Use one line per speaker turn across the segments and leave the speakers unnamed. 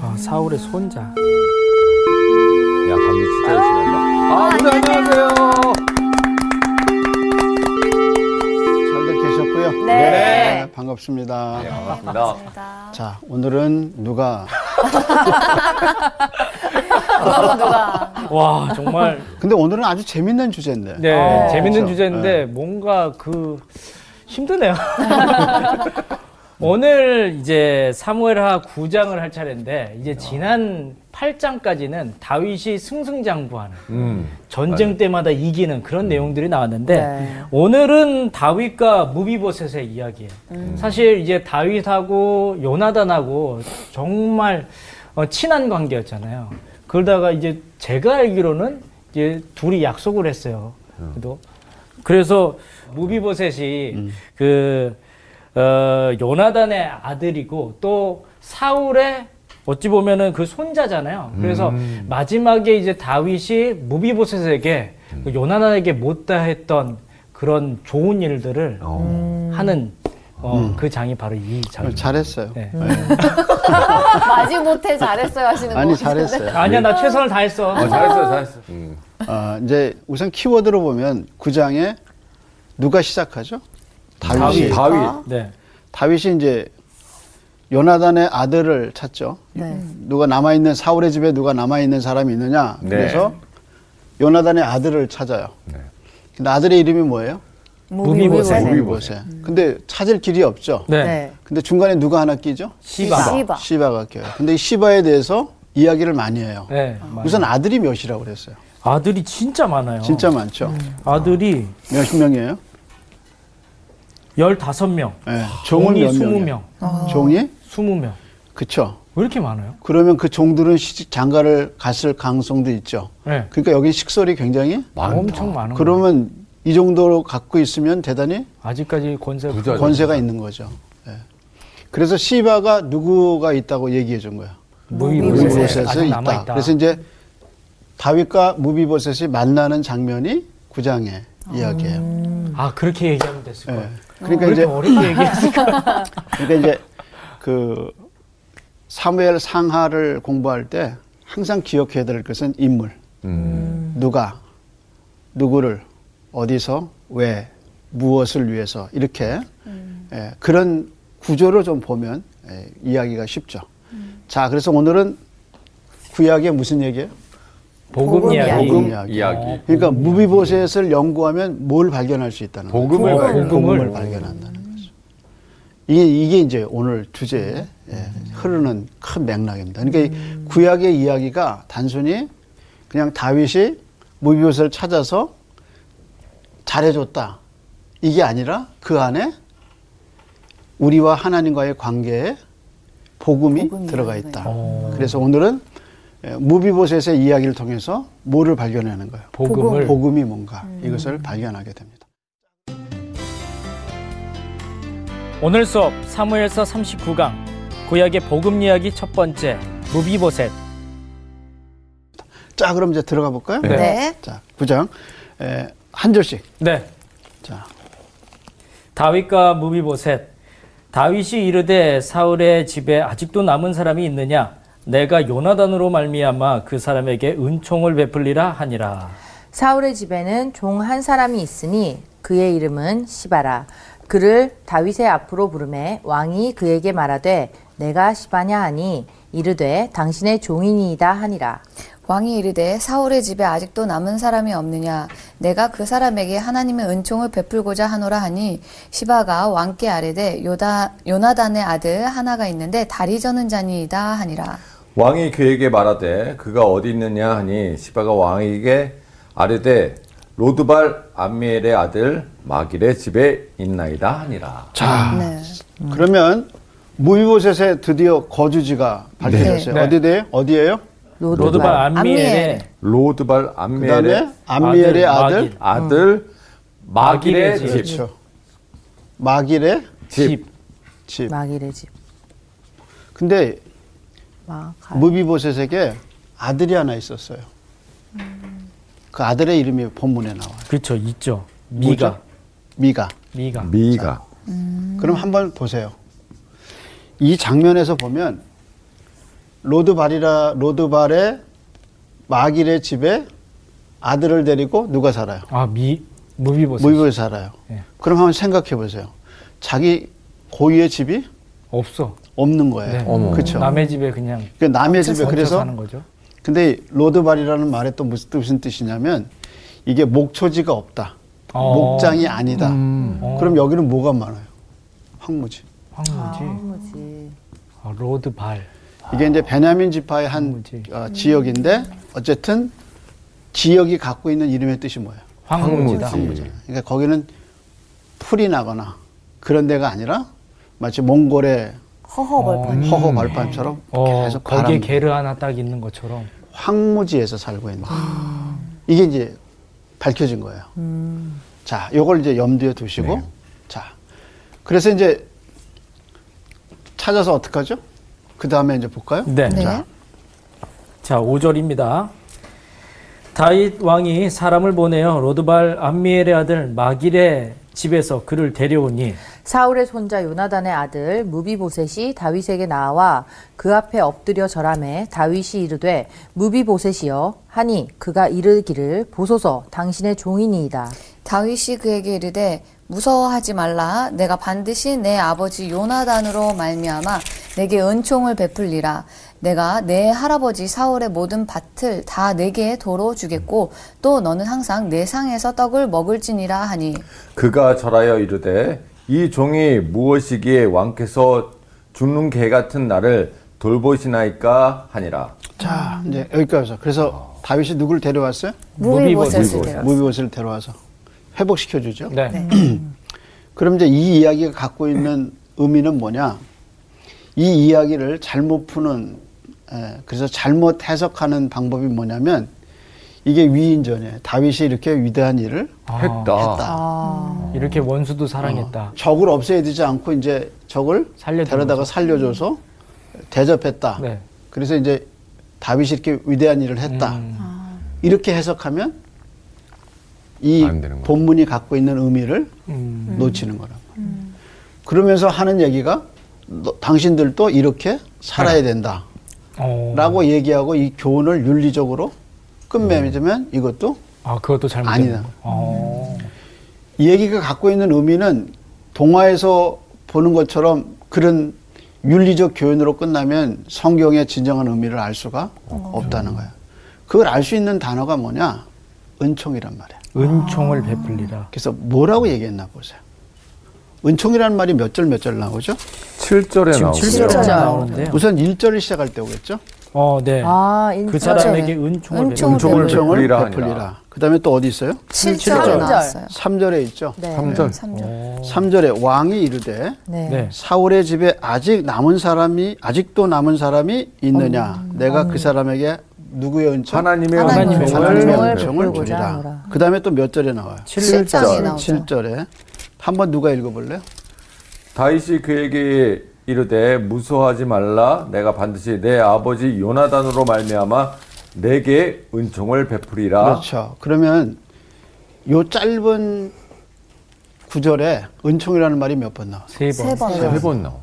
아, 사울의 손자.
야 감독 진짜 열심히 한다. 아
아,
노래
안녕하세요.
안녕하세요.
잘들 계셨고요.
네. 네.
반갑습니다.
네 반갑습니다.
자, 오늘은 누가
누가
와, 정말.
근데 오늘은 아주 재밌는 주제인데.
네,
어,
재밌는
그렇죠.
주제인데 뭔가 그 힘드네요. 오늘 이제 사무엘하 9장을 할 차례인데 이제 지난 8장까지는 다윗이 승승장구하는
음.
전쟁 때마다 이기는 그런 내용들이 나왔는데
네.
오늘은 다윗과 무비보셋의 이야기예요. 사실 이제 다윗하고 요나단하고 정말 어, 친한 관계였잖아요. 그러다가 이제 제가 알기로는 이제 둘이 약속을 했어요. 그래도 그래서 무비보셋이
음.
그 어, 요나단의 아들이고 또 사울의 어찌 보면은 그 손자잖아요. 그래서
음.
마지막에 이제 다윗이 무비보셋에게
음.
그 요나단에게 못다 했던 그런 좋은 일들을
어. 음.
하는 어, 그 장이 바로 이
어,
장입니다.
잘했어요.
네.
아,
마지 못해 잘했어요 하시는 거
아니,
같은데.
잘했어요.
아니야 나 최선을 다했어.
네. 아, 잘했어 잘했어. 음.
아, 이제 우선 키워드로 보면 구장에 누가 시작하죠? 다윗이.
다윗. 다윗.
네.
다윗이 이제 요나단의 아들을 찾죠.
네.
누가 남아 있는 사울의 집에 누가 남아 있는 사람이 있느냐.
네.
그래서 요나단의 아들을 찾아요.
네.
근데 아들의 이름이 뭐예요?
무비보세.
무비보세.
모세. 근데 찾을 길이 없죠.
네.
네.
근데 중간에 누가 하나 끼죠?
시바.
시바.
시바가 껴요. 근데 이 시바에 대해서 이야기를 많이 해요.
네.
우선 아들이 몇이라고 그랬어요.
아들이 진짜 많아요.
진짜 많죠.
아들이
몇 명이에요?
15명.
예, 종은
종이
몇
20명.
명이에요?
아.
종이?
20명.
그쵸.
왜 이렇게 많아요?
그러면 그 종들은 시집 장가를 갔을 가능성도 있죠.
네.
그러니까 여기 식솔이 굉장히
많다.
엄청 많은 거예요.
그러면 이 정도로 갖고 있으면 대단히
아직까지 권세가
부자.
권세가 있는 거죠. 예. 그래서 시바가 누구가 있다고 얘기해 준 거예요.
무비보셋에 네, 아직
무비보셋이
남아
있다.
있다.
그래서 이제 다윗과 무비보셋이 만나는 장면이 구장의 이야기예요.
아 그렇게 얘기하면 됐을
예.
거예요.
그러니까
왜 이렇게
이제
어렵게 얘기했을까?
그러니까 이제 그 사무엘 상하를 공부할 때 항상 기억해야 될 것은 인물
음.
누가 누구를 어디서 왜 무엇을 위해서 이렇게
음.
예, 그런 구조를 좀 보면 예, 이야기가 쉽죠.
음.
자 그래서 오늘은 구약에 무슨 얘기예요?
복음
복음
이야기.
복음
이야기.
이야기.
그러니까 무비보셋을 연구하면 뭘 발견할 수 있다는 거예요.
복음을
복음을.
발견.
복음을 발견한다는 거죠. 이게, 이게 이제 오늘 주제에 예, 흐르는 큰 맥락입니다. 그러니까 이 구약의 이야기가 단순히 그냥 다윗이 무비옷을 찾아서 잘해줬다. 이게 아니라 그 안에 우리와 하나님과의 관계에 복음이,
복음이
들어가
있는
있다. 그래서 오늘은 예, 무비보셋의 이야기를 통해서 뭐를 발견하는 거예요?
복음을.
복음이 뭔가 이것을 발견하게 됩니다.
오늘 수업 사무엘서 39강 구약의 복음 이야기 첫 번째 무비보셋.
자, 그럼 이제 들어가 볼까요?
네.
네.
자, 구장 에, 한 절씩.
네.
자,
다윗과 무비보셋 다윗이 이르되 사울의 집에 아직도 남은 사람이 있느냐 내가 요나단으로 말미암아 그 사람에게 은총을 베풀리라 하니라
사울의 집에는 종 한 사람이 있으니 그의 이름은 시바라. 그를 다윗의 앞으로 부르매 왕이 그에게 말하되 내가 시바냐 하니 이르되 당신의 종인이다 하니라.
왕이 이르되 사울의 집에 아직도 남은 사람이 없느냐 내가 그 사람에게 하나님의 은총을 베풀고자 하노라 하니 시바가 왕께 아뢰되 요다 요나단의 아들 하나가 있는데 다리 저는 자니이다 하니라
왕이 그에게 말하되 그가 어디 있느냐 하니 시바가 왕에게 아뢰되 로드발 암미엘의 아들 마길의 집에 있나이다 하니라.
자,
네.
음. 그러면 무비보셋의 드디어 거주지가 발견됐어요.
네. 네.
어디 돼요? 어디예요?
로드바 안미엘의
안미엘.
로드발 암미엘의
그다음에 암미엘의
아들, 마길.
아들,
아들 마길의
마길의
집.
그렇죠. 마길의
집
집.
마길의 집.
근데
마갈.
무비보셋에게 아들이 하나 있었어요.
음.
그 아들의 이름이 본문에 나와요.
그렇죠 있죠 미가
뭐죠? 미가.
미가
미가.
음.
그럼 한번 보세요. 이 장면에서 보면 로드발이라 로드발의 마길의 집에 아들을 데리고 누가 살아요?
아, 미 무비보셋
무비보에 살아요.
예.
그럼 한번 생각해 보세요. 자기 고유의 집이
없어.
없는 거예요.
네.
어머.
그렇죠.
남의 집에 그냥
남의 집에
얹혀
그래서
사는 거죠.
근데 로드발이라는 말에 또 무슨, 무슨 뜻이냐면 이게 목초지가 없다.
어.
목장이 아니다.
어.
그럼 여기는 뭐가 많아요? 황무지.
황무지,
황무지.
아, 로드발.
이게 이제 베냐민 지파의 한
황무지.
어, 지역인데 어쨌든 지역이 갖고 있는 이름의 뜻이 뭐예요?
황무지다.
황무지.
그러니까 거기는 풀이 나거나 그런 데가 아니라 마치 몽골의
허허벌판.
허허 발판처럼
어,
계속
거기에
바람
게르 하나 딱 있는 것처럼.
황무지에서 살고 있는 이게 이제 밝혀진 거예요. 자, 요걸 이제 염두에 두시고
네.
자, 그래서 이제 찾아서 어떡하죠? 그 다음에 이제 볼까요?
네.
네.
자, 5절입니다. 다윗 왕이 사람을 보내어 로드발 암미엘의 아들 마길의 집에서 그를 데려오니
사울의 손자 요나단의 아들 무비보셋이 다윗에게 나와 그 앞에 엎드려 절함에 다윗이 이르되 무비보셋이여 하니 그가 이르기를 보소서 당신의 종이니이다.
다윗이 그에게 이르되 무서워하지 말라 내가 반드시 내 아버지 요나단으로 말미암아 내게 은총을 베풀리라 내가 내 할아버지 사울의 모든 밭을 다 내게 도로 주겠고 또 너는 항상 내 상에서 떡을 먹을지니라 하니
그가 절하여 이르되 이 종이 무엇이기에 왕께서 죽는 개 같은 나를 돌보시나이까 하니라.
자, 이제 여기까지서 그래서 다윗이 누굴 데려왔어요?
무비보셋을
무비보셋.
데려
무비옷을 데려와서 회복시켜 주죠.
네.
그럼 이제 이 이야기가 갖고 있는 의미는 뭐냐? 이 이야기를 잘못 푸는 에, 그래서 잘못 해석하는 방법이 뭐냐면 이게 위인전에 다윗이 이렇게 위대한 일을
아. 했다.
했다.
이렇게 원수도 사랑했다.
적을 없애야 되지 않고 이제 적을
살려준
데려다가 살려줘서 대접했다.
네.
그래서 이제 다윗이 이렇게 위대한 일을 했다.
음.
이렇게 해석하면 이
안 되는 거죠.
본문이 갖고 있는 의미를
음.
놓치는 거란 말이에요. 그러면서 하는 얘기가 너- 당신들도 이렇게
네.
살아야 된다.
어.
라고 얘기하고 이 교훈을 윤리적으로 끝맺으면 이것도
아, 그것도 잘못된
아니다.
거. 어.
이 얘기가 갖고 있는 의미는 동화에서 보는 것처럼 그런 윤리적 교훈으로 끝나면 성경의 진정한 의미를 알 수가 없다는 거예요. 그걸 알 수 있는 단어가 뭐냐? 은총이란 말이에요.
은총을 베풀리라.
그래서 뭐라고 얘기했나 보세요. 은총이라는 말이 몇 절 몇 절 나오죠?
7절에
지금
나오고.
칠절에
진짜.
나오는데요.
우선 1절을 시작할 때 오겠죠?
어, 네.
아,
그
일절.
사람에게 은총을
은총을
베풀리라.
은총을
은총을
베풀리라
베풀리라. 그 다음에 또 어디 있어요?
7절에
절.
나왔어요
3절에 있죠?
네.
3절.
3절
3절에 왕이 이르되
네.
네.
사울의 집에 아직 남은 사람이 아직도 남은 사람이 있느냐? 내가 그 사람에게 누구의 은총?
하나님의
하나님의
은총을
하나님의
은총을
은총을
베풀고자
주리라.
하노라.
그 다음에 또 몇 절에 나와요?
7절에 나오죠
7절에 한번 누가 읽어볼래요?
다윗이 그에게 이르되 무서워하지 말라 내가 반드시 내 아버지 요나단으로 말미암아 내게 은총을 베풀이라
그렇죠. 그러면 요 짧은 구절에 은총이라는 말이 몇 번 나와요?
세 번.
세번
번 나오.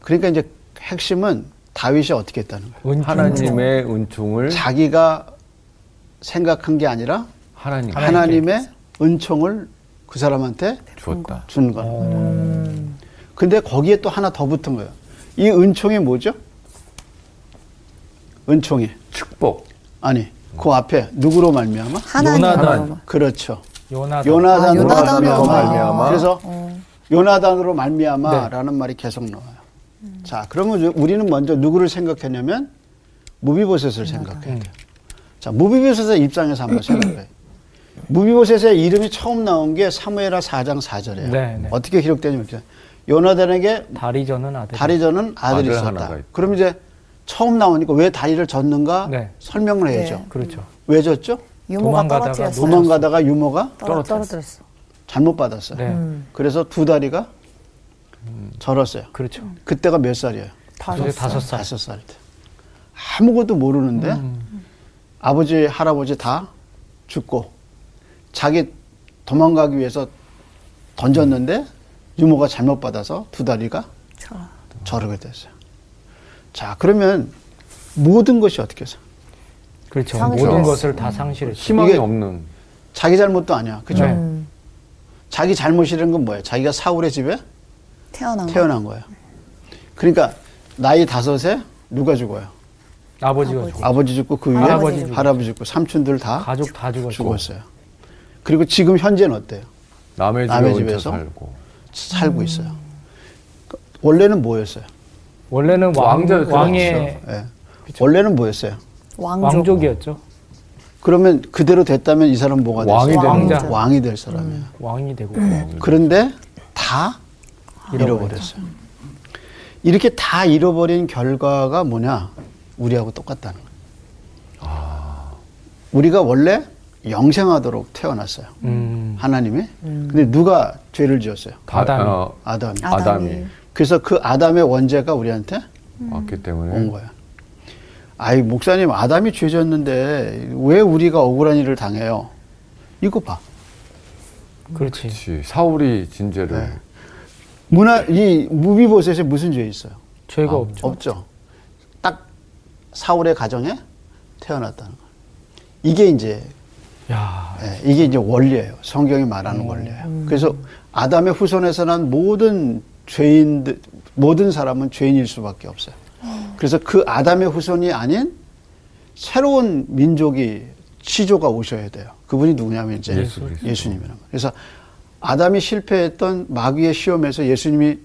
그러니까 이제 핵심은 다윗이 어떻게 했다는 거예요.
은총.
하나님의 은총을
자기가 생각한 게 아니라
하나님
하나님의 은총을 그 사람한테
주었다.
준 거예요. 근데 거기에 또 하나 더 붙은 거예요. 이 은총이 뭐죠? 은총이
축복.
아니 그 앞에 누구로 말미암아?
요나단.
하나님으로
그렇죠.
요나단.
요나단으로
요나단으로
말미암아.
말미암아.
그래서 요나단으로 말미암아라는 말이 계속 나와요. 자, 그러면 우- 우리는 먼저 누구를 생각했냐면 무비보셋을 생각해야 돼요. 자, 무비보셋의 입장에서 한번 생각해요. 무비보셋의 이름이 처음 나온 게 사무엘하 4장 4절이에요.
네, 네.
어떻게 기록되냐면 이렇게 요나단에게
다리 저는 아들.
다리 저는 아들이
아들
있었다.
하나가 있다.
그럼 이제 처음 나오니까 왜 다리를 졌는가
네.
설명을 해야죠.
그렇죠.
왜 졌죠?
네.
유모가 도망가다가 떨어뜨렸어요.
떨어뜨렸어요
도망가다가 유모가
떨어뜨렸어.
잘못 받았어요.
네.
그래서 두 다리가 절었어요.
그렇죠.
그때가 몇 살이에요?
다섯 다섯 살.
음, 다섯 살 때. 아무것도 모르는데
음.
아버지, 할아버지 다 죽고 자기 도망가기 위해서 던졌는데 유모가 잘못 받아서 두 다리가 절르게 됐어요. 자, 그러면 모든 것이 어떻게 해서
그렇죠.
상실했어.
모든 것을 다 상실했죠.
희망이
이게-
없는.
자기 잘못도 아니야. 그렇죠. 그죠?
네.
자기 잘못이라는 건 뭐예요? 자기가 사울의 집에
태어난 거.
태어난 거예요. 그러니까 나이 다섯에 누가 죽어요?
아버지가 죽고
아버지 죽고 그 위에
할아버지
할아버지,
죽고.
죽고 삼촌들 다
가족 다 죽었고
죽었어요. 그리고 지금 현재는 어때요?
남의 집에
남의
얹혀
집에서?
살고.
음.
살고 있어요. 원래는 뭐였어요?
원래는 왕,
왕자였죠.
왕의
예.
그렇죠.
원래는 뭐였어요?
왕족.
왕족이었죠.
그러면 그대로 됐다면 이 사람 은 뭐가 됐어요?
왕이
되는
왕자.
거죠.
왕이 될 사람이에요.
왕이 되고
음. 그런데 다 잃어버렸어요. 이렇게 다 잃어버린 결과가 뭐냐? 우리하고 똑같다는 거예요. 우리가 원래 영생하도록 태어났어요.
음,
하나님이. 근데 누가 죄를 지었어요?
아담이.
어,
아담이.
아담이.
아담이
그래서 그 아담의 원죄가 우리한테
왔기
온
네.
때문에
거야. 아이 목사님 아담이 죄졌는데 왜 우리가 억울한 일을 당해요? 이거 봐.
그렇지.
그렇지. 사울이 진죄를
네. 문화 이 무비보셋에 무슨 죄 있어요?
죄가
그렇죠.
없죠.
없죠. 딱 사울의 가정에 태어났다는 거. 이게 이제
야,
예, 이게 이제 원리예요. 성경이 말하는
음.
원리예요. 그래서 아담의 후손에서 난 모든 죄인들 모든 사람은 죄인일 수밖에 없어요. 그래서 그 아담의 후손이 아닌 새로운 민족이 시조가 오셔야 돼요. 그분이 누구냐면 이제
예수 그리스도.
예수님이라는 거예요. 그래서 아담이 실패했던 마귀의 시험에서 예수님이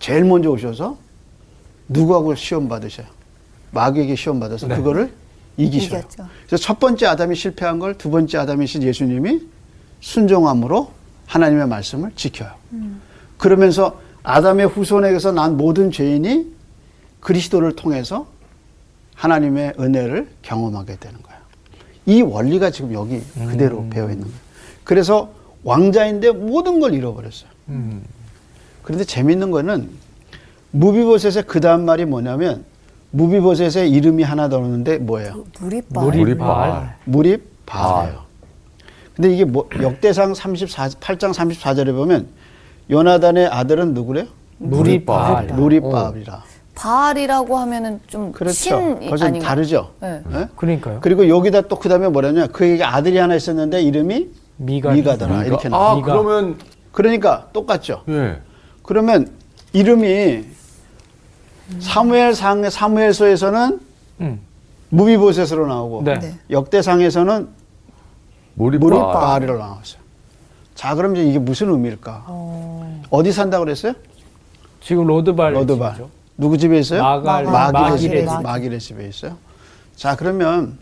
제일 먼저 오셔서 누구하고 시험 받으셔요? 마귀에게 시험 받아서 그거를 이기셔요.
이겼죠.
그래서 첫 번째 아담이 실패한 걸 두 번째 아담이신 예수님이 순종함으로 하나님의 말씀을 지켜요.
음.
그러면서 아담의 후손에게서 난 모든 죄인이 그리스도를 통해서 하나님의 은혜를 경험하게 되는 거예요. 이 원리가 지금 여기 그대로 배어 있는 거예요. 그래서 왕자인데 모든 걸 잃어버렸어요. 그런데 재밌는 거는 무비보셋의 그 다음 말이 뭐냐면 무비보셋의 이름이 하나 더 오는데 뭐예요?
무리빨.
무리
우리
발.
발.
무립 바예요. 근데 이게 뭐 역대상 34, 8장 34절에 보면 요나단의 아들은 누구래요?
무리 발.
무립바이라.
바알이라고 하면은 좀
그렇죠.
신이
거기서
아닌가?
다르죠.
네.
예?
음, 그러니까요.
그리고 여기다 또 그다음에 뭐냐면 그에게 아들이 하나 있었는데 이름이
미가
미가더라
그러니까,
이렇게 나와.
아
미가.
그러면
그러니까 똑같죠.
예
그러면 이름이 사무엘상 사무엘서에서는
음.
무비보셋으로 나오고
네.
네.
역대상에서는
무리
무리바
아.
발
리로 나왔어요. 자, 그럼 이제 이게 무슨 의미일까? 어... 디 산다고 그랬어요?
지금 로드발.
러드발.
집이죠.
누구 집에 있어요?
마갈-
마길의
마길의
집에,
집.
마길의 집에 있어요. 자, 그러면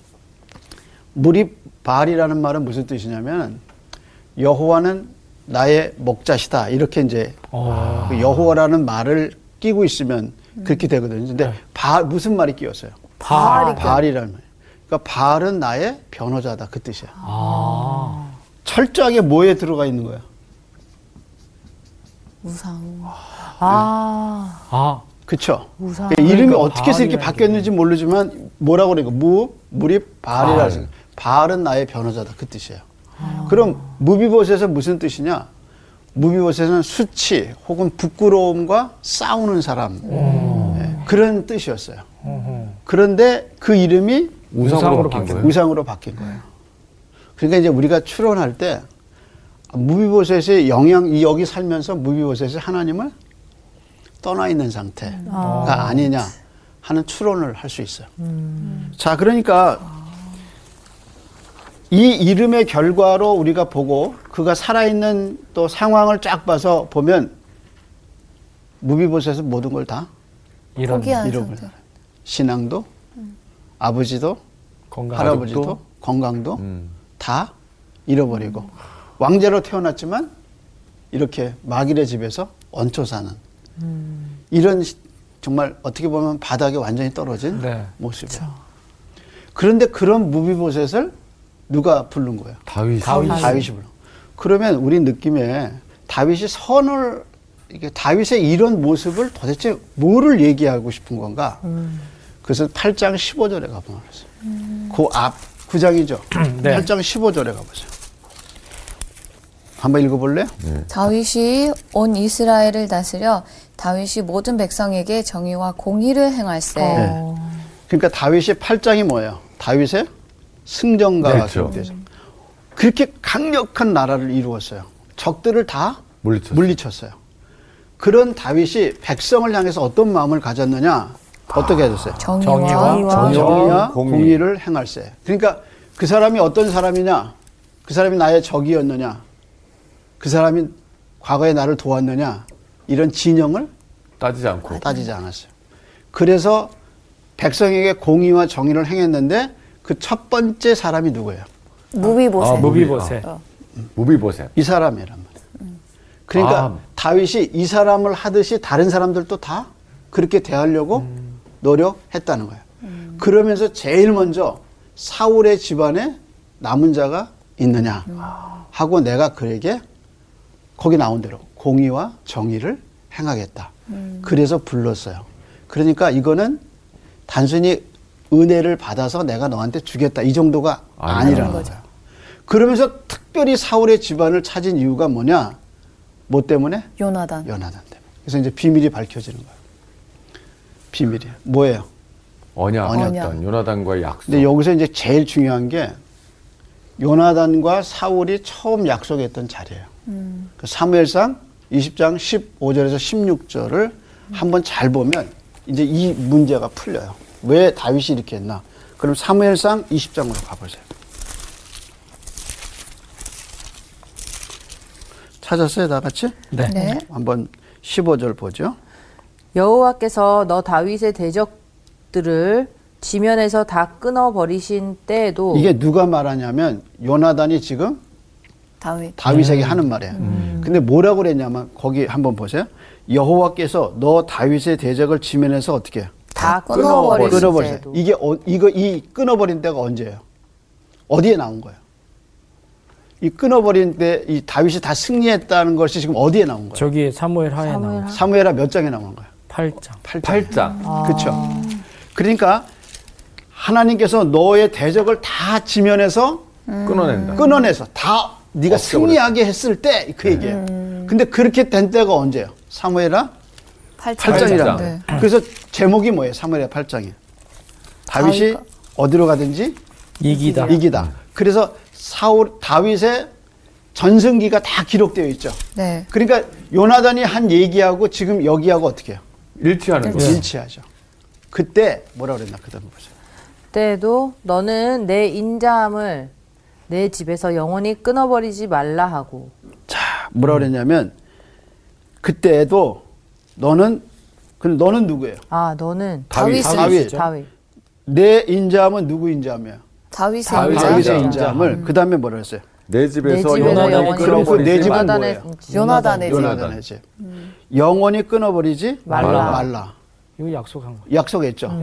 무리발이라는 말은 무슨 뜻이냐면 여호와는 나의 목자시다. 이렇게 이제
어,
그 여호와라는 말을 끼고 있으면 그렇게 되거든요. 근데
네.
바, 무슨 말이 끼었어요?
발.
발이라는 말. 그러니까 발은 나의 변호자다. 그 뜻이야.
아,
철저하게 뭐에 들어가 있는 거야?
우상.
아,
아,
그쵸?
우상.
그러니까 이름이
그러니까
어떻게 해서 이렇게
바알이라는
바뀌었는지 모르지만 뭐라고 그러니까 무, 무리, 바알이라고 해서 바알은 나의 변호자다 그 뜻이에요. 그럼 무비봇에서 무슨 뜻이냐? 무비봇에서는 수치 혹은 부끄러움과 싸우는 사람 예, 그런 뜻이었어요. 그런데 그 이름이
우상으로
우상으로
바뀐 거예요. 네.
우상으로 바뀐 거예요. 그러니까 이제 우리가 추론할 때 무비보셋의 영향 이 여기 살면서 무비보셋이 하나님을 떠나 있는 상태가 아. 니냐 하는 추론을 할 수 있어요.
음.
자, 그러니까 이 이름의 결과로 우리가 보고 그가 살아있는 또 상황을 쫙 봐서 보면 무비보셋은 모든 걸다
이런
포기한
잃어버려.
상태.
신앙도 아버지도
건강.
할아버지도
가족도?
건강도
음.
다 잃어버리고 왕자로 태어났지만 이렇게 마길의 집에서 얹혀 사는 이런 시- 정말 어떻게 보면 바닥에 완전히 떨어진
네.
모습이에요. 그런데 그런 무비보셋을 누가 부른 거예요?
다윗
다윗이 불러. 그러면 우리 느낌에 다윗이 선을 이게 다윗의 이런 모습을 도대체 뭐를 얘기하고 싶은 건가? 그래서 8장 15절에 가보면 그랬어요. 그 앞 9장이죠.
네.
8장 15절에 가보세요. 한번 읽어볼래?
다윗이 온 이스라엘을 다스려 다윗이 모든 백성에게 정의와 공의를 행할세.
어.
그러니까 다윗이 팔장이 뭐예요? 다윗의 승전가가
그렇죠.
기록되죠. 그렇게 강력한 나라를 이루었어요. 적들을 다
물리쳤어요.
물리쳤어요. 그런 다윗이 백성을 향해서 어떤 마음을 가졌느냐? 어떻게 해줬어요?
정의와,
정의와
정의와
공의.
공의. 를 행할세. 그러니까 그 사람이 어떤 사람이냐? 그 사람이 나의 적이었느냐? 그 사람이 과거에 나를 도왔느냐? 이런 진영을
따지지 않고
따지지 않았어요. 그래서 백성에게 공의와 정의를 행했는데 그 첫 번째 사람이 누구예요?
아,
무비보셋.
무비보셋.
네.
무비보셋.
이 사람이란 말이에요. 그러니까
아.
다윗이 이 사람을 하듯이 다른 사람들도 다 그렇게 대하려고 노력했다는 거예요. 그러면서 제일 먼저 사울의 집안에 남은 자가 있느냐 하고 내가 그에게 거기 나온 대로 공의와 정의를 행하겠다. 그래서 불렀어요. 그러니까 이거는 단순히 은혜를 받아서 내가 너한테 주겠다 이 정도가
아니라는
아니라는 거죠. 그러면서 특별히 사울의 집안을 찾은 이유가 뭐냐? 뭐 때문에?
요나단.
연하단 때문에. 그래서 이제 비밀이 밝혀지는 거예요. 비밀이에요. 뭐예요?
언약,
언약.
언약단, 요나단과의 약속.
근데 여기서 이제 제일 중요한 게 요나단과 사울이 처음 약속했던 자리예요. 그 사무엘상 20장 15절에서 16절을 한번 잘 보면 이제 이 문제가 풀려요. 왜 다윗이 이렇게 했나? 그럼 사무엘상 20장으로 가보세요. 찾았어요, 다 같이?
네.
네.
한번 15절 보죠.
여호와께서 너 다윗의 대적들을 지면에서 다 끊어 버리신 때에도
이게 누가 말하냐면 요나단이 지금
다윗.
다윗에게
음.
하는 말이에요. 근데 뭐라고 그랬냐면 거기 한번 보세요. 여호와께서 너 다윗의 대적을 지면에서 어떻게 해요?
다 끊어
끊어버리신
버리신
끊어버리세요.
때에도
이게 어, 이거 이 끊어버린 때가 언제예요? 어디에 나온 거예요? 이 끊어버린 때 이 다윗이 다 승리했다는 것이 지금 어디에 나온 거예요?
저기 사무엘 하에
사무엘
나온
하-
사무엘하 몇 장에 나온 거예요?
8장.
8장.
아.
그렇죠. 그러니까 하나님께서 너의 대적을 다 지면에서
음.
끊어낸다.
끊어내서 다 네가 승리하게 했을 때 그 얘기예요. 근데 그렇게 된 때가 언제예요? 사무엘하
팔장.
8장이라는
팔장.
거예요. 그래서 제목이 뭐예요? 사무엘하 8장이. 다윗이 어디로 가든지
이기다.
이기다. 그래서 사울 다윗의 전승기가 다 기록되어 있죠.
네.
그러니까 요나단이 한 얘기하고 지금 여기하고 어떻게 해요? 네.
일치하는
네.
거예요.
일치하죠. 그때 뭐라 그랬나 그다음 보세요.
때에도 너는 내 인자함을 내 집에서 영원히 끊어 버리지 말라 하고
자, 뭐라 그랬냐면 그때에도 너는 그 너는 누구예요?
아 너는
다윗.
다윗
다윗.
다윗
내 인자함은 누구 인자함이에요?
다윗의
다윗의
인자.
인자.
다윗의 인자함을. 그다음에 뭐라 그랬어요?
내
내
집에서
집에서
요나단이
영원히
끊어버리지
끊어 음, 버리지
내 집은
말라.
뭐예요?
요나단의
요나단의
요나단.
집.
요나단의 집. 영원히 끊어버리지
말라.
말라.
이거 약속한 거.
약속했죠.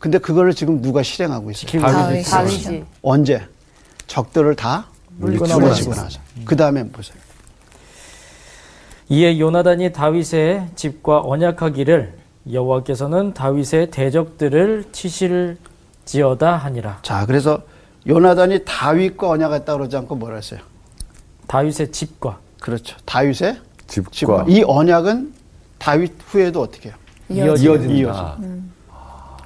근데 그거를 지금 누가 실행하고 있어요?
지키고
다윗이.
있어요.
다윗이
언제? 적들을 다
물리치고
물리치고
나서.
나서. 그 다음에 보세요.
이에 요나단이 다윗의 집과 언약하기를 여호와께서는 다윗의 대적들을 치실지어다 하니라.
자, 그래서 요나단이 다윗과 언약했다 그러지 않고 뭐라 했어요?
다윗의 집과
그렇죠. 다윗의
집과,
집과. 이 언약은 다윗 후에도 어떻게 해요?
이어진다.
이어진다.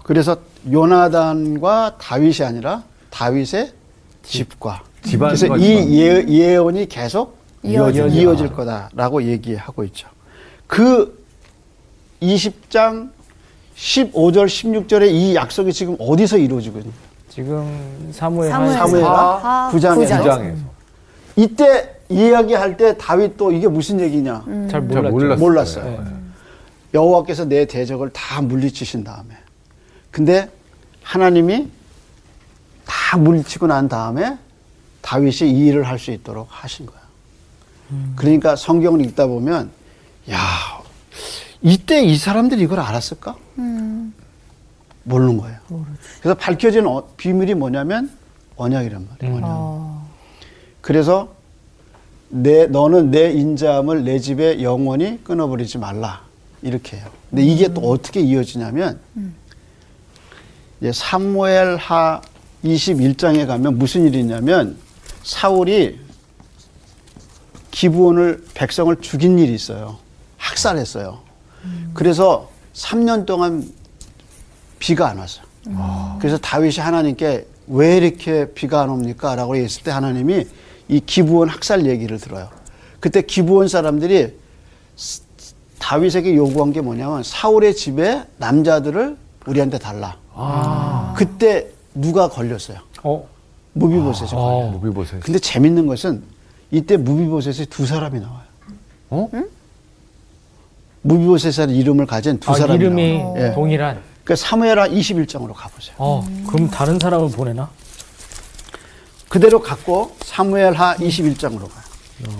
그래서 요나단과 다윗이 아니라 다윗의 집과
집안과
그래서 이 예, 예언이 계속
이어진다.
이어질 거다라고 얘기하고 있죠. 그 20장 15절 16절의 이 약속이 지금 어디서 이루어지고 있는 거예요?
지금 사무엘
사무엘.
하에
사무엘하
하-
구장에서
구장.
이장에서
이때 이야기할 때 다윗도 이게 무슨 얘기냐
음.
잘
잘
몰랐죠.
몰랐어요.
몰랐어요.
네.
여호와께서 내 대적을 다 물리치신 다음에 근데 하나님이 다 물리치고 난 다음에 다윗이 이 일을 할 수 있도록 하신 거야. 그러니까 성경을 읽다 보면 야 이때 이 사람들이 이걸 알았을까? 모르는 거예요. 그래서 밝혀진 어- 비밀이 뭐냐면 언약이란 말이에요. 언약.
어.
그래서 내 너는 내 인자함을 내 집에 영원히 끊어버리지 말라 이렇게 해요. 근데 이게 또 어떻게 이어지냐면 이제 사무엘하 21장에 가면 무슨 일이 있냐면 사울이 기브온을 백성을 죽인 일이 있어요. 학살했어요. 그래서 3년 동안 비가 안 왔어요. 그래서 다윗이 하나님께 왜 이렇게 비가 안 옵니까? 라고 했을 때 하나님이 이 기부원 학살 얘기를 들어요. 그때 기부원 사람들이 스- 다윗에게 요구한 게 뭐냐면 사울의 집에 남자들을 우리한테 달라. 그때 누가 걸렸어요?
어?
무비보셋이 걸려요.
무비 보세요.
근데 재밌는 것은 이때 무비보셋이 두 사람이 나와요.
어?
무비보셋이라는 이름을 가진 두
아,
사람이
이름이
나와요. 예.
동일한.
그러니까 사무엘하 21장으로 가보세요.
어, 그럼 다른 사람을 보내나?
그대로 갖고 사무엘하 21장으로 가요.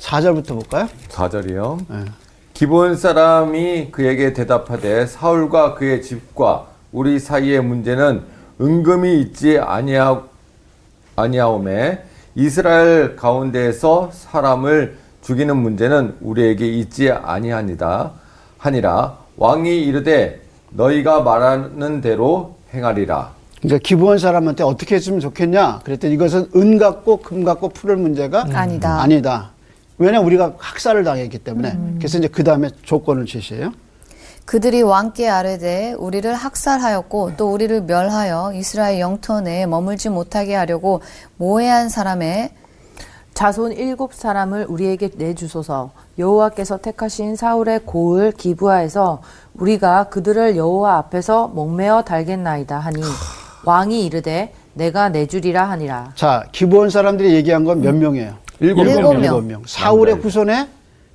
4절부터 볼까요? 예.
4절이요. 기본 사람이 그에게 대답하되 사울과 그의 집과 우리 사이의 문제는 은금이 있지 아니하 아니하오매 이스라엘 가운데에서 사람을 죽이는 문제는 우리에게 있지 아니하니다 하니라 왕이 이르되 너희가 말하는 대로 행하리라
그러니까 기부한 사람한테 어떻게 했으면 좋겠냐? 그랬더니 이것은 은 갖고 금 갖고 풀을 문제가
아니다.
아니다. 왜냐 우리가 학살을 당했기 때문에. 그래서 이제 그 다음에 조건을 제시해요.
그들이 왕께 아뢰되 우리를 학살하였고 또 우리를 멸하여 이스라엘 영토 내에 머물지 못하게 하려고 모해한 사람의
자손 일곱 사람을 우리에게 내주소서 여호와께서 택하신 사울의 고을 기부하에서 우리가 그들을 여호와 앞에서 목매어 달겠나이다 하니 왕이 이르되 내가 내주리라 하니라
자, 기부한 사람들이 얘기한 건 몇 명이에요?
일곱 네.
일곱 명. 명.
일곱 명. 사울의
남자예요.
후손에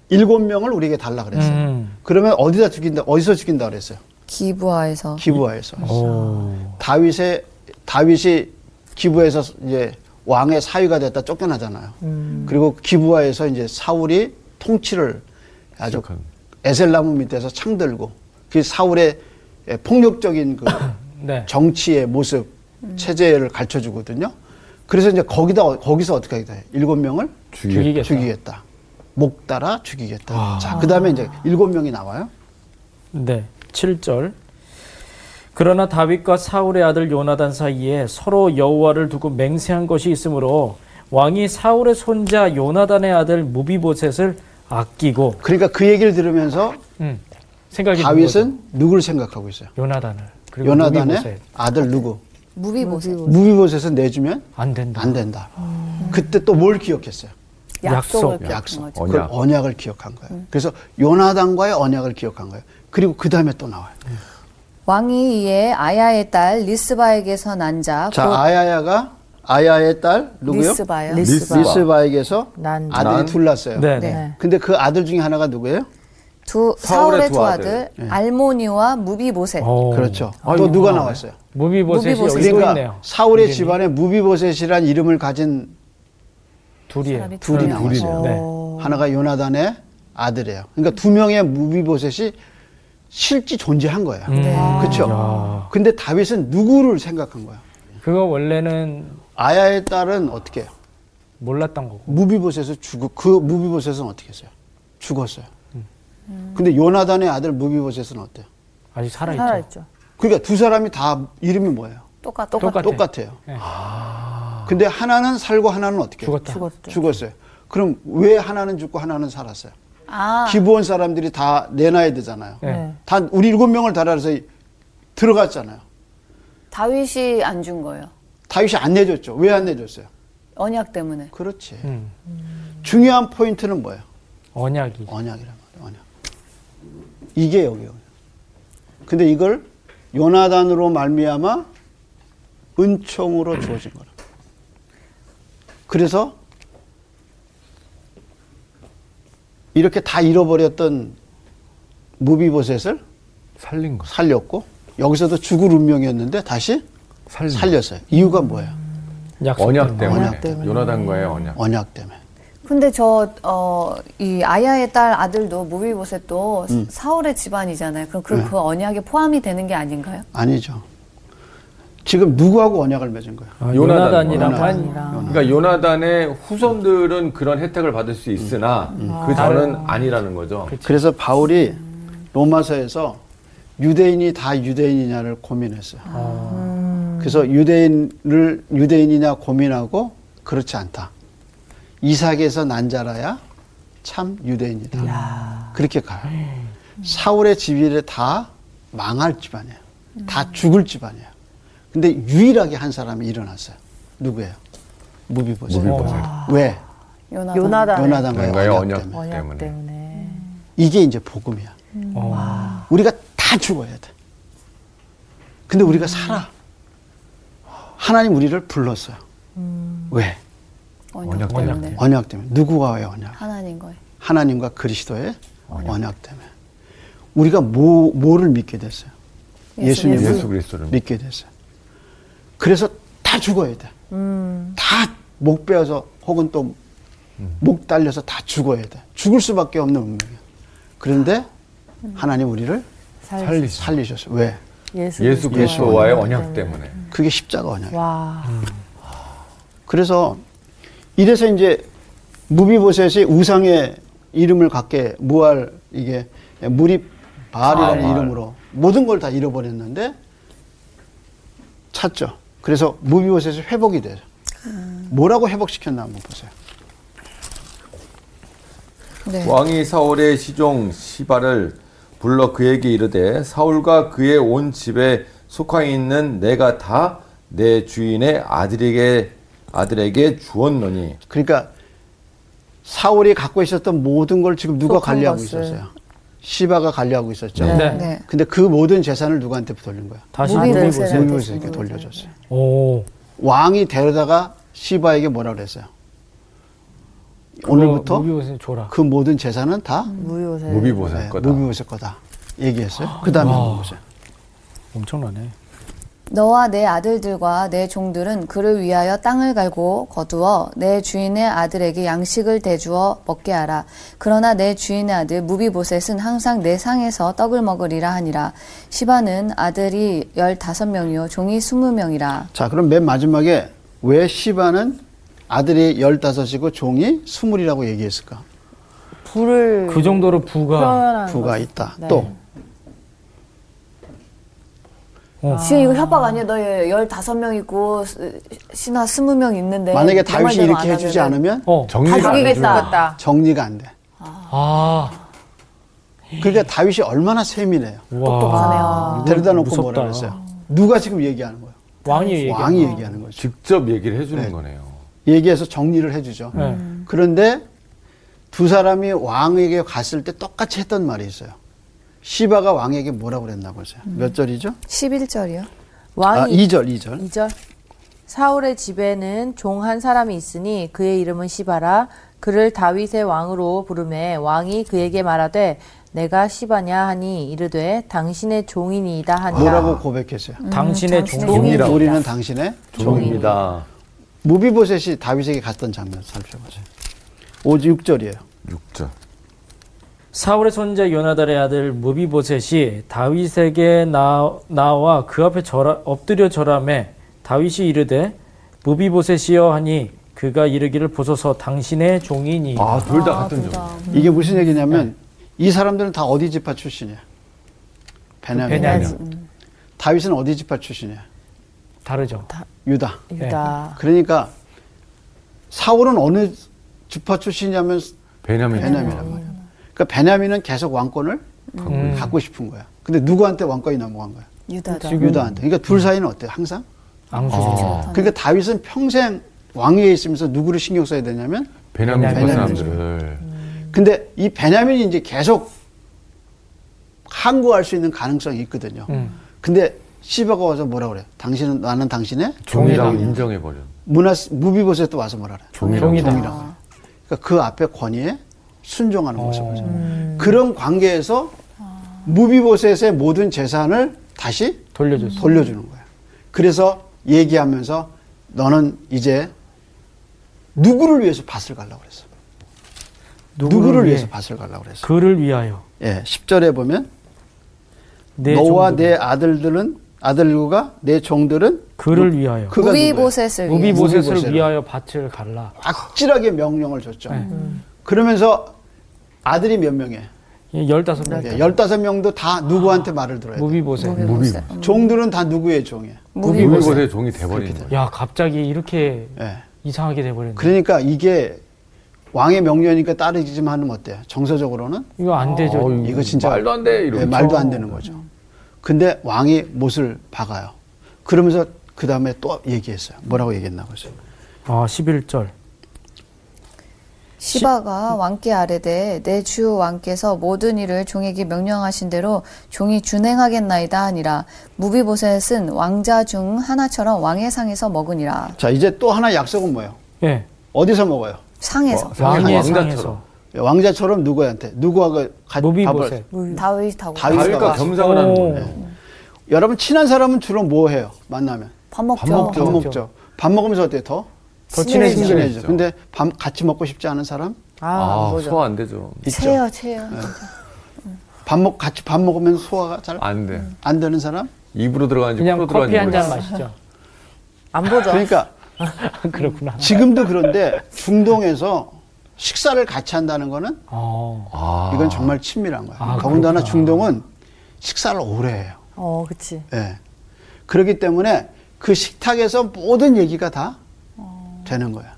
일곱 명을 우리에게 달라 그랬어요.
음.
그러면 어디다 죽인다? 어디서 죽인다 그랬어요?
기부하에서
기부하에서.
오.
다윗의 다윗이 기부해서 이제 왕의 사위가 됐다 쫓겨나잖아요.
음.
그리고 기부하에서 이제 사울이 통치를 아주 에셀나무 밑에서 창들고 그 사울의 폭력적인 그
네.
정치의 모습
음.
체제를 가르쳐 주거든요. 그래서 이제 거기다 어- 거기서 어떻게 하겠다? 일곱 명을
죽이겠다. 아.
죽이겠다. 목 따라 죽이겠다. 자, 그다음에 이제 일곱 명이 나와요.
네. 7절. 그러나 다윗과 사울의 아들 요나단 사이에 서로 여호와를 두고 맹세한 것이 있으므로 왕이 사울의 손자 요나단의 아들 무비보셋을 아끼고
그러니까 그 얘기를 들으면서
음, 생각이 든
다윗은 누구를 생각하고 있어요?
거죠. 요나단을 그리고
요나단의
무비보셋
아들 누구?
무비보세
무비보셋은 내주면
안 된다.
안 된다. 그때 또 뭘 기억했어요?
약속.
약속을 기억한
약속.
거죠.
언약.
그 언약을 기억한 거예요. 그래서 요나단과의 언약을 기억한 거예요. 그리고 그 다음에 또 나와요.
왕이 이에 아야의 딸 리스바에게서 난자
자, 아야야가 아야의 딸 누구요?
리스바요.
리스바.
리스바에게서
난
아들이
난.
둘 났어요.
네. 네.
네.
근데 그 아들 중에 하나가 누구예요?
두
사울의
사울의
두
두
아들.
아들 알모니와 무비보셋
오.
그렇죠. 또 누가 나왔어요?
무비보셋이
네. 무비보셋.
여기도
그러니까
있네요.
사울의
이름이.
집안에 무비보셋이란 이름을 가진
둘이에요.
사람이
둘이
둘이네요.
나왔어요.
네.
하나가 요나단의 아들이에요. 그러니까 두 명의 무비보셋이 실제 존재한 거예요.
음.
그렇죠. 근데 다윗은 누구를 생각한 거야?
그거 원래는
아야의 딸은 어떻게 해요?
몰랐던 거고.
무비보셋을 죽고 그 무비보셋은 어떻게 했어요? 죽었어요.
음.
근데 요나단의 아들 무비보셋은 어때요?
아직 살아있죠.
살아있죠
그러니까 두 사람이 다 이름이 뭐예요?
똑같
똑같아요.
똑같아요.
네.
근데 하나는 살고 하나는 어떻게 해요?
죽었다.
죽었죠.
죽었어요. 그럼 왜 하나는 죽고 하나는 살았어요?
아
기부원 사람들이 다 내놔야 되잖아요.
네.
다 우리 일곱 명을 달아서 들어갔잖아요.
다윗이 안 준 거예요.
다윗이 안 내줬죠. 왜 안 내줬어요?
언약 때문에.
그렇지.
음.
중요한 포인트는 뭐예요?
언약이.
언약이란 말이에요. 언약. 이게 여기요. 근데 이걸 요나단으로 말미암아 은총으로 주어진 거라. 그래서 이렇게 다 잃어버렸던 무비보셋을
살린 거.
살렸고 여기서도 죽을 운명이었는데 다시
살린 거. 음.
살렸어요. 이유가 뭐예요?
약속
언약 때문에.
언약 때문에. 음.
요나단과의 언약.
언약 때문에.
근데 저어이 아야의 딸 아들도 무비보셋도 사울의 집안이잖아요. 그럼 그, 그 언약에 포함이 되는 게 아닌가요?
아니죠. 지금 누구하고 언약을 맺은 거예요?
아,
요나단이랑.
요나단이랑 한
그러니까 요나단의 후손들은 그런 혜택을 받을 수 있으나 그 전은 아니라는 거죠
그래서 바울이 로마서에서 유대인이 다 유대인이냐를 고민했어요. 그래서 유대인을 유대인이냐 고민하고 그렇지 않다. 이삭에서 난 자라야 참 유대인이다. 그렇게 가요. 사울의 집일에 다 망할 집안이에요. 다 죽을 집안이에요. 근데 유일하게 한 사람이 일어났어요. 누구예요? 무비보세.
무비보세.
왜?
요나단.
아.
요나단.
요나단과의
뭔가의
언약
언약
때문에.
언약 때문에.
때문에.
이게 이제 복음이야.
어.
우리가 다 죽어야 돼. 근데 우리가 살아. 하나님 우리를 불렀어요. 왜?
언약
언약 때문에.
언약 때문에. 누구와의 언약?
하나님과의.
하나님과 그리스도의 언약, 때문에. 우리가 뭐, 뭐를 믿게 됐어요? 예수님을
예수 그리스도를
믿게 됐어요. 그래서 다 죽어야 돼. 음. 다 목 베어서 혹은 또
음.
목 달려서 다 죽어야 돼. 죽을 수밖에 없는 운명이야. 그런데 하나님 우리를
살리
살리셨어요. 왜?
예수
네.
그리스도와의 언약 때문에.
그게 십자가 언약.
와.
그래서 이래서 이제 무비보셋이 우상의 이름을 갖게 무알 이게 무립 바알이라는
바알.
이름으로 모든 걸 다 잃어버렸는데 찾죠. 그래서 무비보셋이 회복이 돼요. 뭐라고 회복시켰나 한번 보세요.
네.
왕이 사울의 시종 시바를 불러 그에게 이르되 사울과 그의 온 집에 속하 있는 내가 다 내 주인의 아들에게 아들에게 주었노니
그러니까 사울이 갖고 있었던 모든 걸 지금 누가
속한
관리하고
것을.
있었어요? 시바가 관리하고 있었죠.
네.
네.
근데 그 모든 재산을 누구한테 돌린 거야?
다시
무비
무비
보세.
보세.
네. 무비보셋에게 돌려줬어요.
오.
왕이 데려다가 시바에게 뭐라 그랬어요? 오늘부터
무비 보세 줘라.
그 모든 재산은 다
음.
무효세.
무비보살
네,
거다.
무비보셋 거다. 얘기했어요. 그 다음에 무비보셋.
엄청나네.
너와 내 아들들과 내 종들은 그를 위하여 땅을 갈고 거두어 내 주인의 아들에게 양식을 대주어 먹게 하라. 그러나 내 주인의 아들 무비보셋은 항상 내 상에서 떡을 먹으리라 하니라. 시바는 아들이 열다섯 명이요 종이 스무 명이라.
자, 그럼 맨 마지막에 왜 시바는 아들이 15이고 종이 20이라고 얘기했을까?
불을
그 정도로 부가
아,
표현한
부가 있다.
네.
또
지금 이거 협박 아니야? 너 15명 있고 스- 신하 20명 있는데 내
만약에 다윗이
말대로
이렇게
안
해주지
하면은
않으면
어.
정리가
다
안 돼요.
죽이겠다.
정리가 안 돼.
아.
그러니까 다윗이 얼마나 세밀해요.
와.
아.
데려다 놓고
무섭다.
뭐라 그랬어요? 누가 지금 얘기하는 거예요?
왕이 얘기.
왕이 얘기하는 거죠.
직접 얘기를 해주는 거네요.
얘기해서 정리를 해주죠.
네.
그런데 두 사람이 왕에게 갔을 때 똑같이 했던 말이 있어요. 시바가 왕에게 뭐라고 그랬나고 했어요. 몇 절이죠?
11절이요.
아,
왕이
2절, 2절.
2절. 사울의 집에는 종 한 사람이 있으니 그의 이름은 시바라 그를 다윗의 왕으로 부르매 왕이 그에게 말하되 내가 시바냐 하니 이르되 당신의 종이니이다 하니라.
뭐라고 고백했어요?
음, 당신의 종이
종이라고.
우리는 당신의
종입니다.
무비보셋이 다윗에게 갔던 장면 살펴보세요. 6절이에요.
6절
사울의 손자 요나단의 아들 무비보셋이 다윗에게 나, 나와 그 앞에 절하, 엎드려 절하매 다윗이 이르되 무비보셋이여 하니 그가 이르기를 보소서 당신의 종이니
아, 둘 다 같은 종.
이게 무슨 얘기냐면 이 사람들은 다 어디 지파 출신이야? 베냐민.
베냐민.
다윗은 어디 지파 출신이야?
다르죠.
유다.
유다.
그러니까 사울은 어느 지파 출신이냐면
음.
베냐민.
베냐민이란 말이야. 그러니까 베냐민은 계속 왕권을
음.
갖고 싶은 거야. 근데 누구한테 왕권이 넘어간 거야?
유다다.
유다한테. 그러니까 둘 사이는 어때? 요 항상.
앙수죠.
그러니까 다윗은 평생 왕위에 있으면서 누구를 신경 써야 되냐면
베냐민
베냐민.
사람들을.
근데 이 베냐민이 이제 계속 항거할 수 있는 가능성이 있거든요.
음.
근데 시바가 와서 뭐라 그래? 당신은 나는 당신의
종이라고 인정해버려.
문화 무비보세 또 와서 뭐라 그래?
종이다.
그러니까 그 앞에 권위에
어.
순종하는 모습을 보죠.
음.
그런 관계에서 무비보셋의 모든 재산을 다시
아. 돌려줬어.
돌려주는 거야. 그래서 얘기하면서 너는 이제 누구를 위해서 밭을 갈라 그랬어? 누구를, 위해서 밭을 갈라 그랬어?
그를 위하여
예, 10절에 보면
내
너와
종들을
내 아들들은 아들과 내 종들은
그를 위하여
그가
네, 무비보셋을 위해.
무비보셋을
무비보셋을.
위하여 밭을 갈라.
악질하게 명령을 줬죠.
네.
그러면서 아들이 몇 명이에요?
열다섯 명.
예, 15명도 다 누구한테 말을 들어야 돼.
무비보셋.
무비보셋.
종들은 다 누구의 종이에요?
무비보세 종이 돼버리는 거예요.
야 갑자기 이렇게
예.
이상하게 돼버렸네.
그러니까 이게 왕의 명령이니까 따르지만 하면 어때요? 정서적으로는
이거 안 되죠.
어이,
이거
음,
진짜
말도 안 돼.
예,
이러고.
말도 안 되는 거죠. 근데 왕이 못을 박아요. 그러면서 그 다음에 또 얘기했어요. 뭐라고 얘기했나 보죠.
아, 11절.
시바가 왕께 아뢰되 내 주 왕께서 모든 일을 종에게 명령하신 대로 종이 준행하겠나이다 하니라 무비보셋은 왕자 중 하나처럼 왕의 상에서 먹으니라
자, 이제 또 하나 약속은 뭐예요?
예.
어디서 먹어요?
상에서
왕의
왕자처럼.
상에서.
왕자처럼 누구한테? 누구하고 같이 밥을.
무비보셋.
다윗 다고
다윗.
다윗과
다윗과
겸상을 하는
오.
거예요.
여러분 친한 사람은 주로 뭐 해요? 만나면
밥 먹죠.
밥 어, 먹죠. 밥 먹으면서 어때 더?
더 친해지죠.
친해지죠. 근데 밥 같이 먹고 싶지 않은 사람?
아,
아,
뭐죠?
소화 안 되죠.
있죠.
체요 체요.
밥 먹, 같이 밥 먹으면 소화가 잘
아.
안
안 돼.
되는 사람?
입으로 들어가는지 코로
그냥 커피
들어가는지
한 잔
모르겠어.
마시죠.
안 보죠.
그러니까
그렇구나.
지금도 그런데 중동에서 식사를 같이 한다는 거는
어.
아,
이건 정말 친밀한 거예요.
아,
더군다나
그렇구나.
중동은 식사를 오래 해요.
어, 그치.
예. 그렇기 때문에 그 식탁에서 모든 얘기가 다
어.
되는 거야.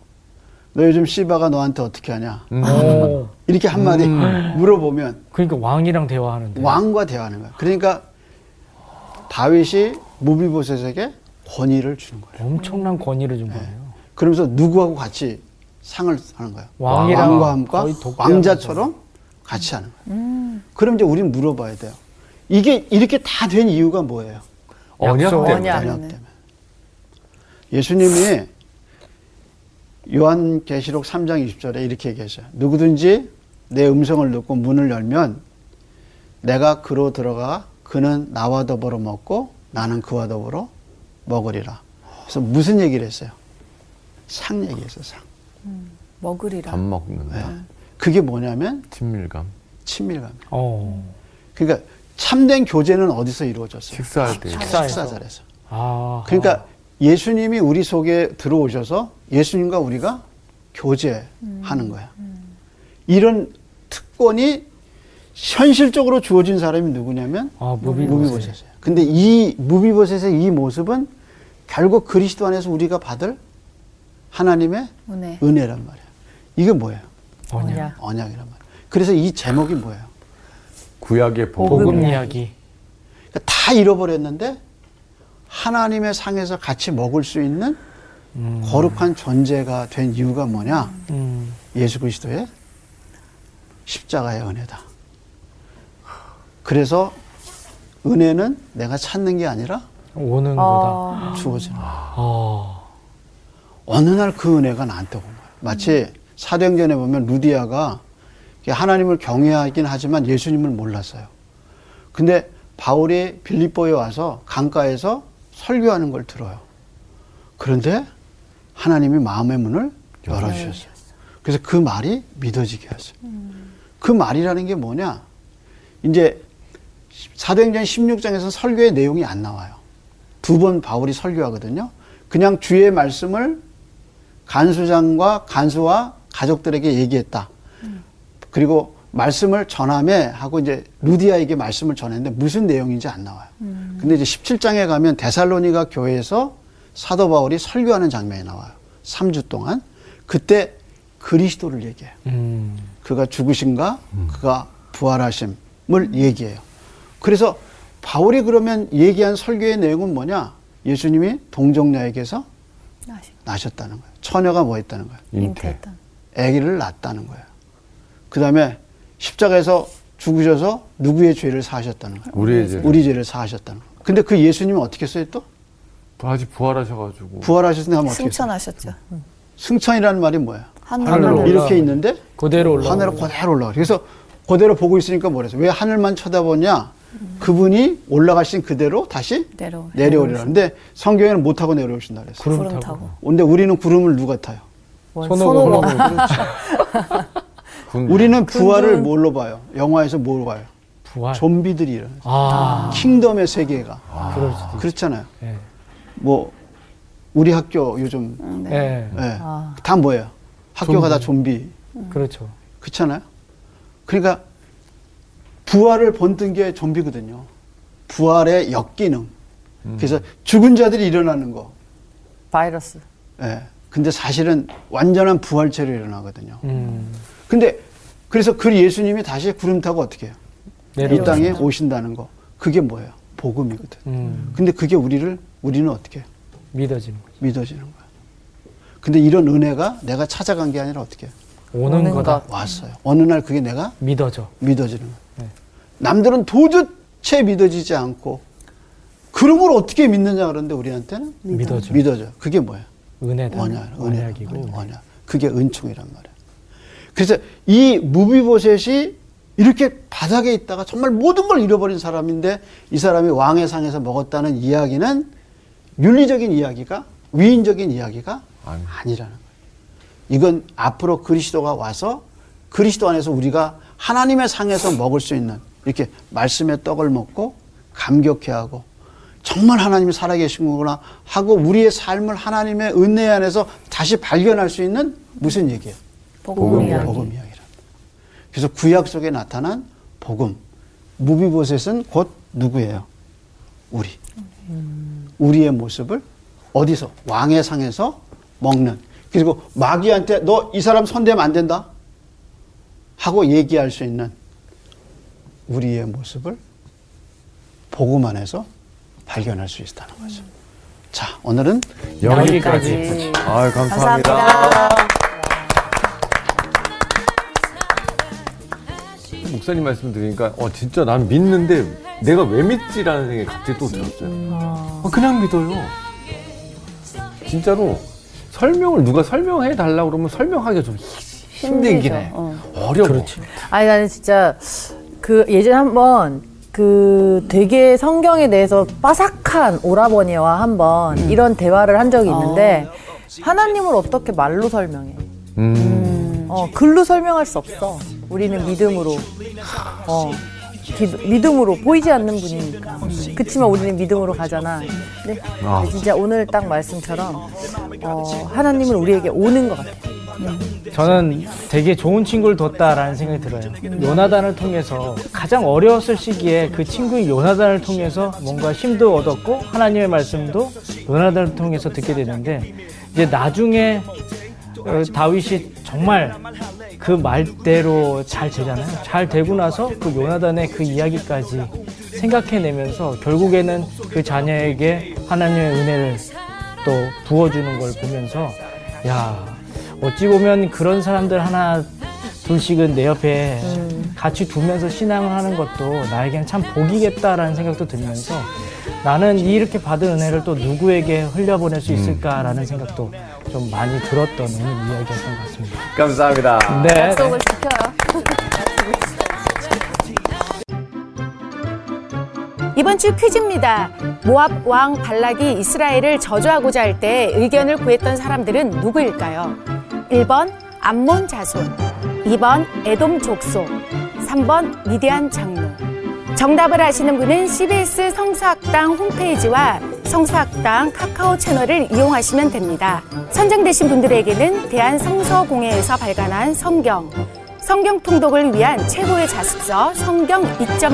너 요즘 씨바가 너한테 어떻게 하냐?
음. 오.
이렇게 한마디
음.
물어보면
그러니까 왕이랑 대화하는데.
왕과 대화하는 거야. 그러니까 다윗이 무비보셋에게 권위를 주는 거예요.
엄청난 권위를 준 거예요.
그러면서 누구하고 같이 상을 하는 거예요.
왕이랑
과 함과
거의 독대하는
왕자처럼 같이 하는 거예요. 그럼 이제 우린 물어봐야 돼요. 이게 이렇게 다 된 이유가 뭐예요?
언약
약속.
때문에.
언약 때문에. 예수님이 요한계시록 3장 20절에 이렇게 얘기하셔요. 누구든지 내 음성을 듣고 문을 열면 내가 그로 들어가 그는 나와 더불어 먹고 나는 그와 더불어 먹으리라. 그래서 무슨 얘기를 했어요? 상 얘기했어요, 상.
먹으리라.
밥 먹는다.
네. 그게 뭐냐면
친밀감.
친밀감.
어.
그러니까 참된 교제는 어디서 이루어졌어요?
식사할 때.
식사에서.
식사자리에서.
아.
그러니까 예수님이 우리 속에 들어오셔서 예수님과 우리가 교제하는 거야. 이런 특권이 현실적으로 주어진 사람이 누구냐면
아, 무비보셋.
무비보셋이에요. 근데 이 무비보셋의 이 모습은 결국 그리스도 안에서 우리가 받을 하나님의
은혜.
은혜란 말이야. 이게 뭐예요?
언약.
언약.
언약이란 말이야. 그래서 이 제목이 뭐예요?
구약의 복음.
복음 이야기.
그러니까 다 잃어버렸는데 하나님의 상에서 같이 먹을 수 있는 거룩한 존재가 된 이유가 뭐냐?
음.
예수 그리스도의 십자가의 은혜다. 그래서 은혜는 내가 찾는 게 아니라
오는 거다.
어,
주어지는 거야.
어.
어느 날 그 은혜가 나한테 온 거야. 마치 사도행전에 보면 루디아가 하나님을 경외하긴 하지만 예수님을 몰랐어요. 근데 바울이 빌립보에 와서 강가에서 설교하는 걸 들어요. 그런데 하나님이 마음의 문을 열어주셨어요. 그래서 그 말이 믿어지게 하세요. 그 말이라는 게 뭐냐? 이제 사도행전 16장에서 설교의 내용이 안 나와요. 두 번 바울이 설교하거든요. 그냥 주의 말씀을 간수장과 간수와 가족들에게 얘기했다. 그리고 말씀을 전함에 하고 이제 루디아에게 말씀을 전했는데 무슨 내용인지 안 나와요. 근데 이제 17장에 가면 데살로니가 교회에서 사도 바울이 설교하는 장면이 나와요. 3주 동안. 그때 그리스도를 얘기해요.
음.
그가 죽으신가 그가 부활하심을 얘기해요. 그래서 바울이 그러면 얘기한 설교의 내용은 뭐냐? 예수님이 동정녀에게서 나셨다는 거예요. 처녀가 뭐 했다는 거예요?
인태.
아기를 낳았다는 거예요. 그 다음에 십자가에서 죽으셔서 누구의 죄를 사하셨다는 거예요?
우리의 죄.
우리 죄를 사하셨다는 거예요. 근데 그 예수님은 어떻게 써요 또?
아직 부활하셔가지고.
부활하셨는데 하면 어떻게 써요?
승천하셨죠.
승천이라는 말이 뭐예요?
하늘로
하늘로
올라가는
이렇게 있는데
그대로 올라.
하늘로 그대로 올라가. 그래서 그대로 보고 있으니까 뭐래서 왜 하늘만 쳐다보냐? 그분이 올라가신 그대로 다시
내려오-
내려오리라. 근데 성경에는 못 타고 내려오신다 그랬어. 요
구름
구름
타고.
타고.
근데 우리는 구름을 누가 타요?
손오공. 네.
군-
우리는 부활을 뭘로 봐요? 영화에서 뭘 봐요?
부활.
좀비들이 일어나.
아.
킹덤의 세계가
그럴 수도.
그렇잖아요.
예.
뭐 우리 학교 요즘
예.
예, 다 뭐예요? 학교가 다 좀비.
그렇죠.
그렇잖아요. 그러니까 부활을 본뜬 게 좀비거든요. 부활의 역기능.
음.
그래서 죽은 자들이 일어나는 거.
바이러스.
예. 근데 사실은 완전한 부활체로 일어나거든요.
음.
근데 그래서 그 예수님이 다시 구름 타고 어떻게 해요? 이
내려오신다.
땅에 오신다는 거. 그게 뭐예요? 복음이거든.
음,
근데 그게 우리를 우리는 어떻게 해요?
믿어지는 거죠.
믿어지는 거야. 근데 이런 은혜가 내가 찾아간 게 아니라 어떻게 해요?
오는,
오는
거다.
왔어요. 어느 날 그게 내가
믿어져.
믿어지는 거야.
네.
남들은 도대체 믿어지지 않고 그런 걸 어떻게 믿느냐 그러는데 우리한테는
믿어져. 그러니까
믿어져. 그게 뭐야?
은혜다.
언약,
이고
언약이고 언약. 그게 은총이란 말이야. 그래서 이 무비보셋이 이렇게 바닥에 있다가 정말 모든 걸 잃어버린 사람인데 이 사람이 왕의 상에서 먹었다는 이야기는 윤리적인 이야기가 위인적인 이야기가 아니라는 거예요. 이건 앞으로 그리스도가 와서 그리스도 안에서 우리가 하나님의 상에서 먹을 수 있는 이렇게 말씀의 떡을 먹고 감격해야 하고 정말 하나님이 살아계신 거구나 하고 우리의 삶을 하나님의 은혜 안에서 다시 발견할 수 있는 무슨 얘기예요?
복음이야.
복음 이야기란. 그래서 구약 속에 나타난 복음 무비보셋은 곧 누구예요? 우리.
음.
우리의 모습을 어디서 왕의 상에서 먹는 그리고 마귀한테 너 이 사람 손대면 안 된다 하고 얘기할 수 있는 우리의 모습을 복음 안에서 발견할 수 있다는 거죠.
음.
자, 오늘은
여기까지.
아, 감사합니다.
목사님 말씀 드리니까 어 진짜 난 믿는데 내가 왜 믿지라는 생각이 갑자기 또 들었어요. 어, 그냥 믿어요. 진짜로 설명을 누가 설명해 달라 고 그러면 설명하기가 좀 히- 힘들긴 해. 어려워. 그렇죠.
아니 나는 진짜 그 예전에 한번 그 되게 성경에 대해서 빠삭한 오라버니와 한번 이런 대화를 한 적이 있는데 하나님을 어떻게 말로 설명해? 어, 글로 설명할 수 없어. 우리는 믿음으로. 어. 기- 믿음으로 보이지 않는 분이니까 그치만 우리는 믿음으로 가잖아 근데 진짜 오늘 딱 말씀처럼 어, 하나님은 우리에게 오는 것 같아
저는 되게 좋은 친구를 뒀다라는 생각이 들어요. 요나단을 통해서 가장 어려웠을 시기에 그 친구인 요나단을 통해서 뭔가 힘도 얻었고 하나님의 말씀도 요나단을 통해서 듣게 되는데 이제 나중에 어, 다윗이 정말 그 말대로 잘 되잖아요. 잘 되고 나서 그 요나단의 그 이야기까지 생각해내면서 결국에는 그 자녀에게 하나님의 은혜를 또 부어주는 걸 보면서 야 어찌 보면 그런 사람들 하나 둘씩은 내 옆에 같이 두면서 신앙을 하는 것도 나에겐 참 복이겠다라는 생각도 들면서 나는 이렇게 받은 은혜를 또 누구에게 흘려보낼 수 있을까라는 생각도 좀 많이 들었던 오늘 이야기였던 것 같습니다.
감사합니다.
네. 네.
약속을 지켜요.
이번 주 퀴즈입니다. 모압 왕 발락이 이스라엘을 저주하고자 할 때 의견을 구했던 사람들은 누구일까요? 1번 암몬 자손, 2번 에돔 족속, 3번 미디안 장로. 정답을 아시는 분은 CBS 성서학당 홈페이지와 성서학당 카카오 채널을 이용하시면 됩니다. 선정되신 분들에게는 대한성서공회에서 발간한 성경, 성경 통독을 위한 최고의 자습서 성경 2.0,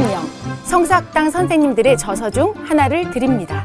성서학당 선생님들의 저서 중 하나를 드립니다.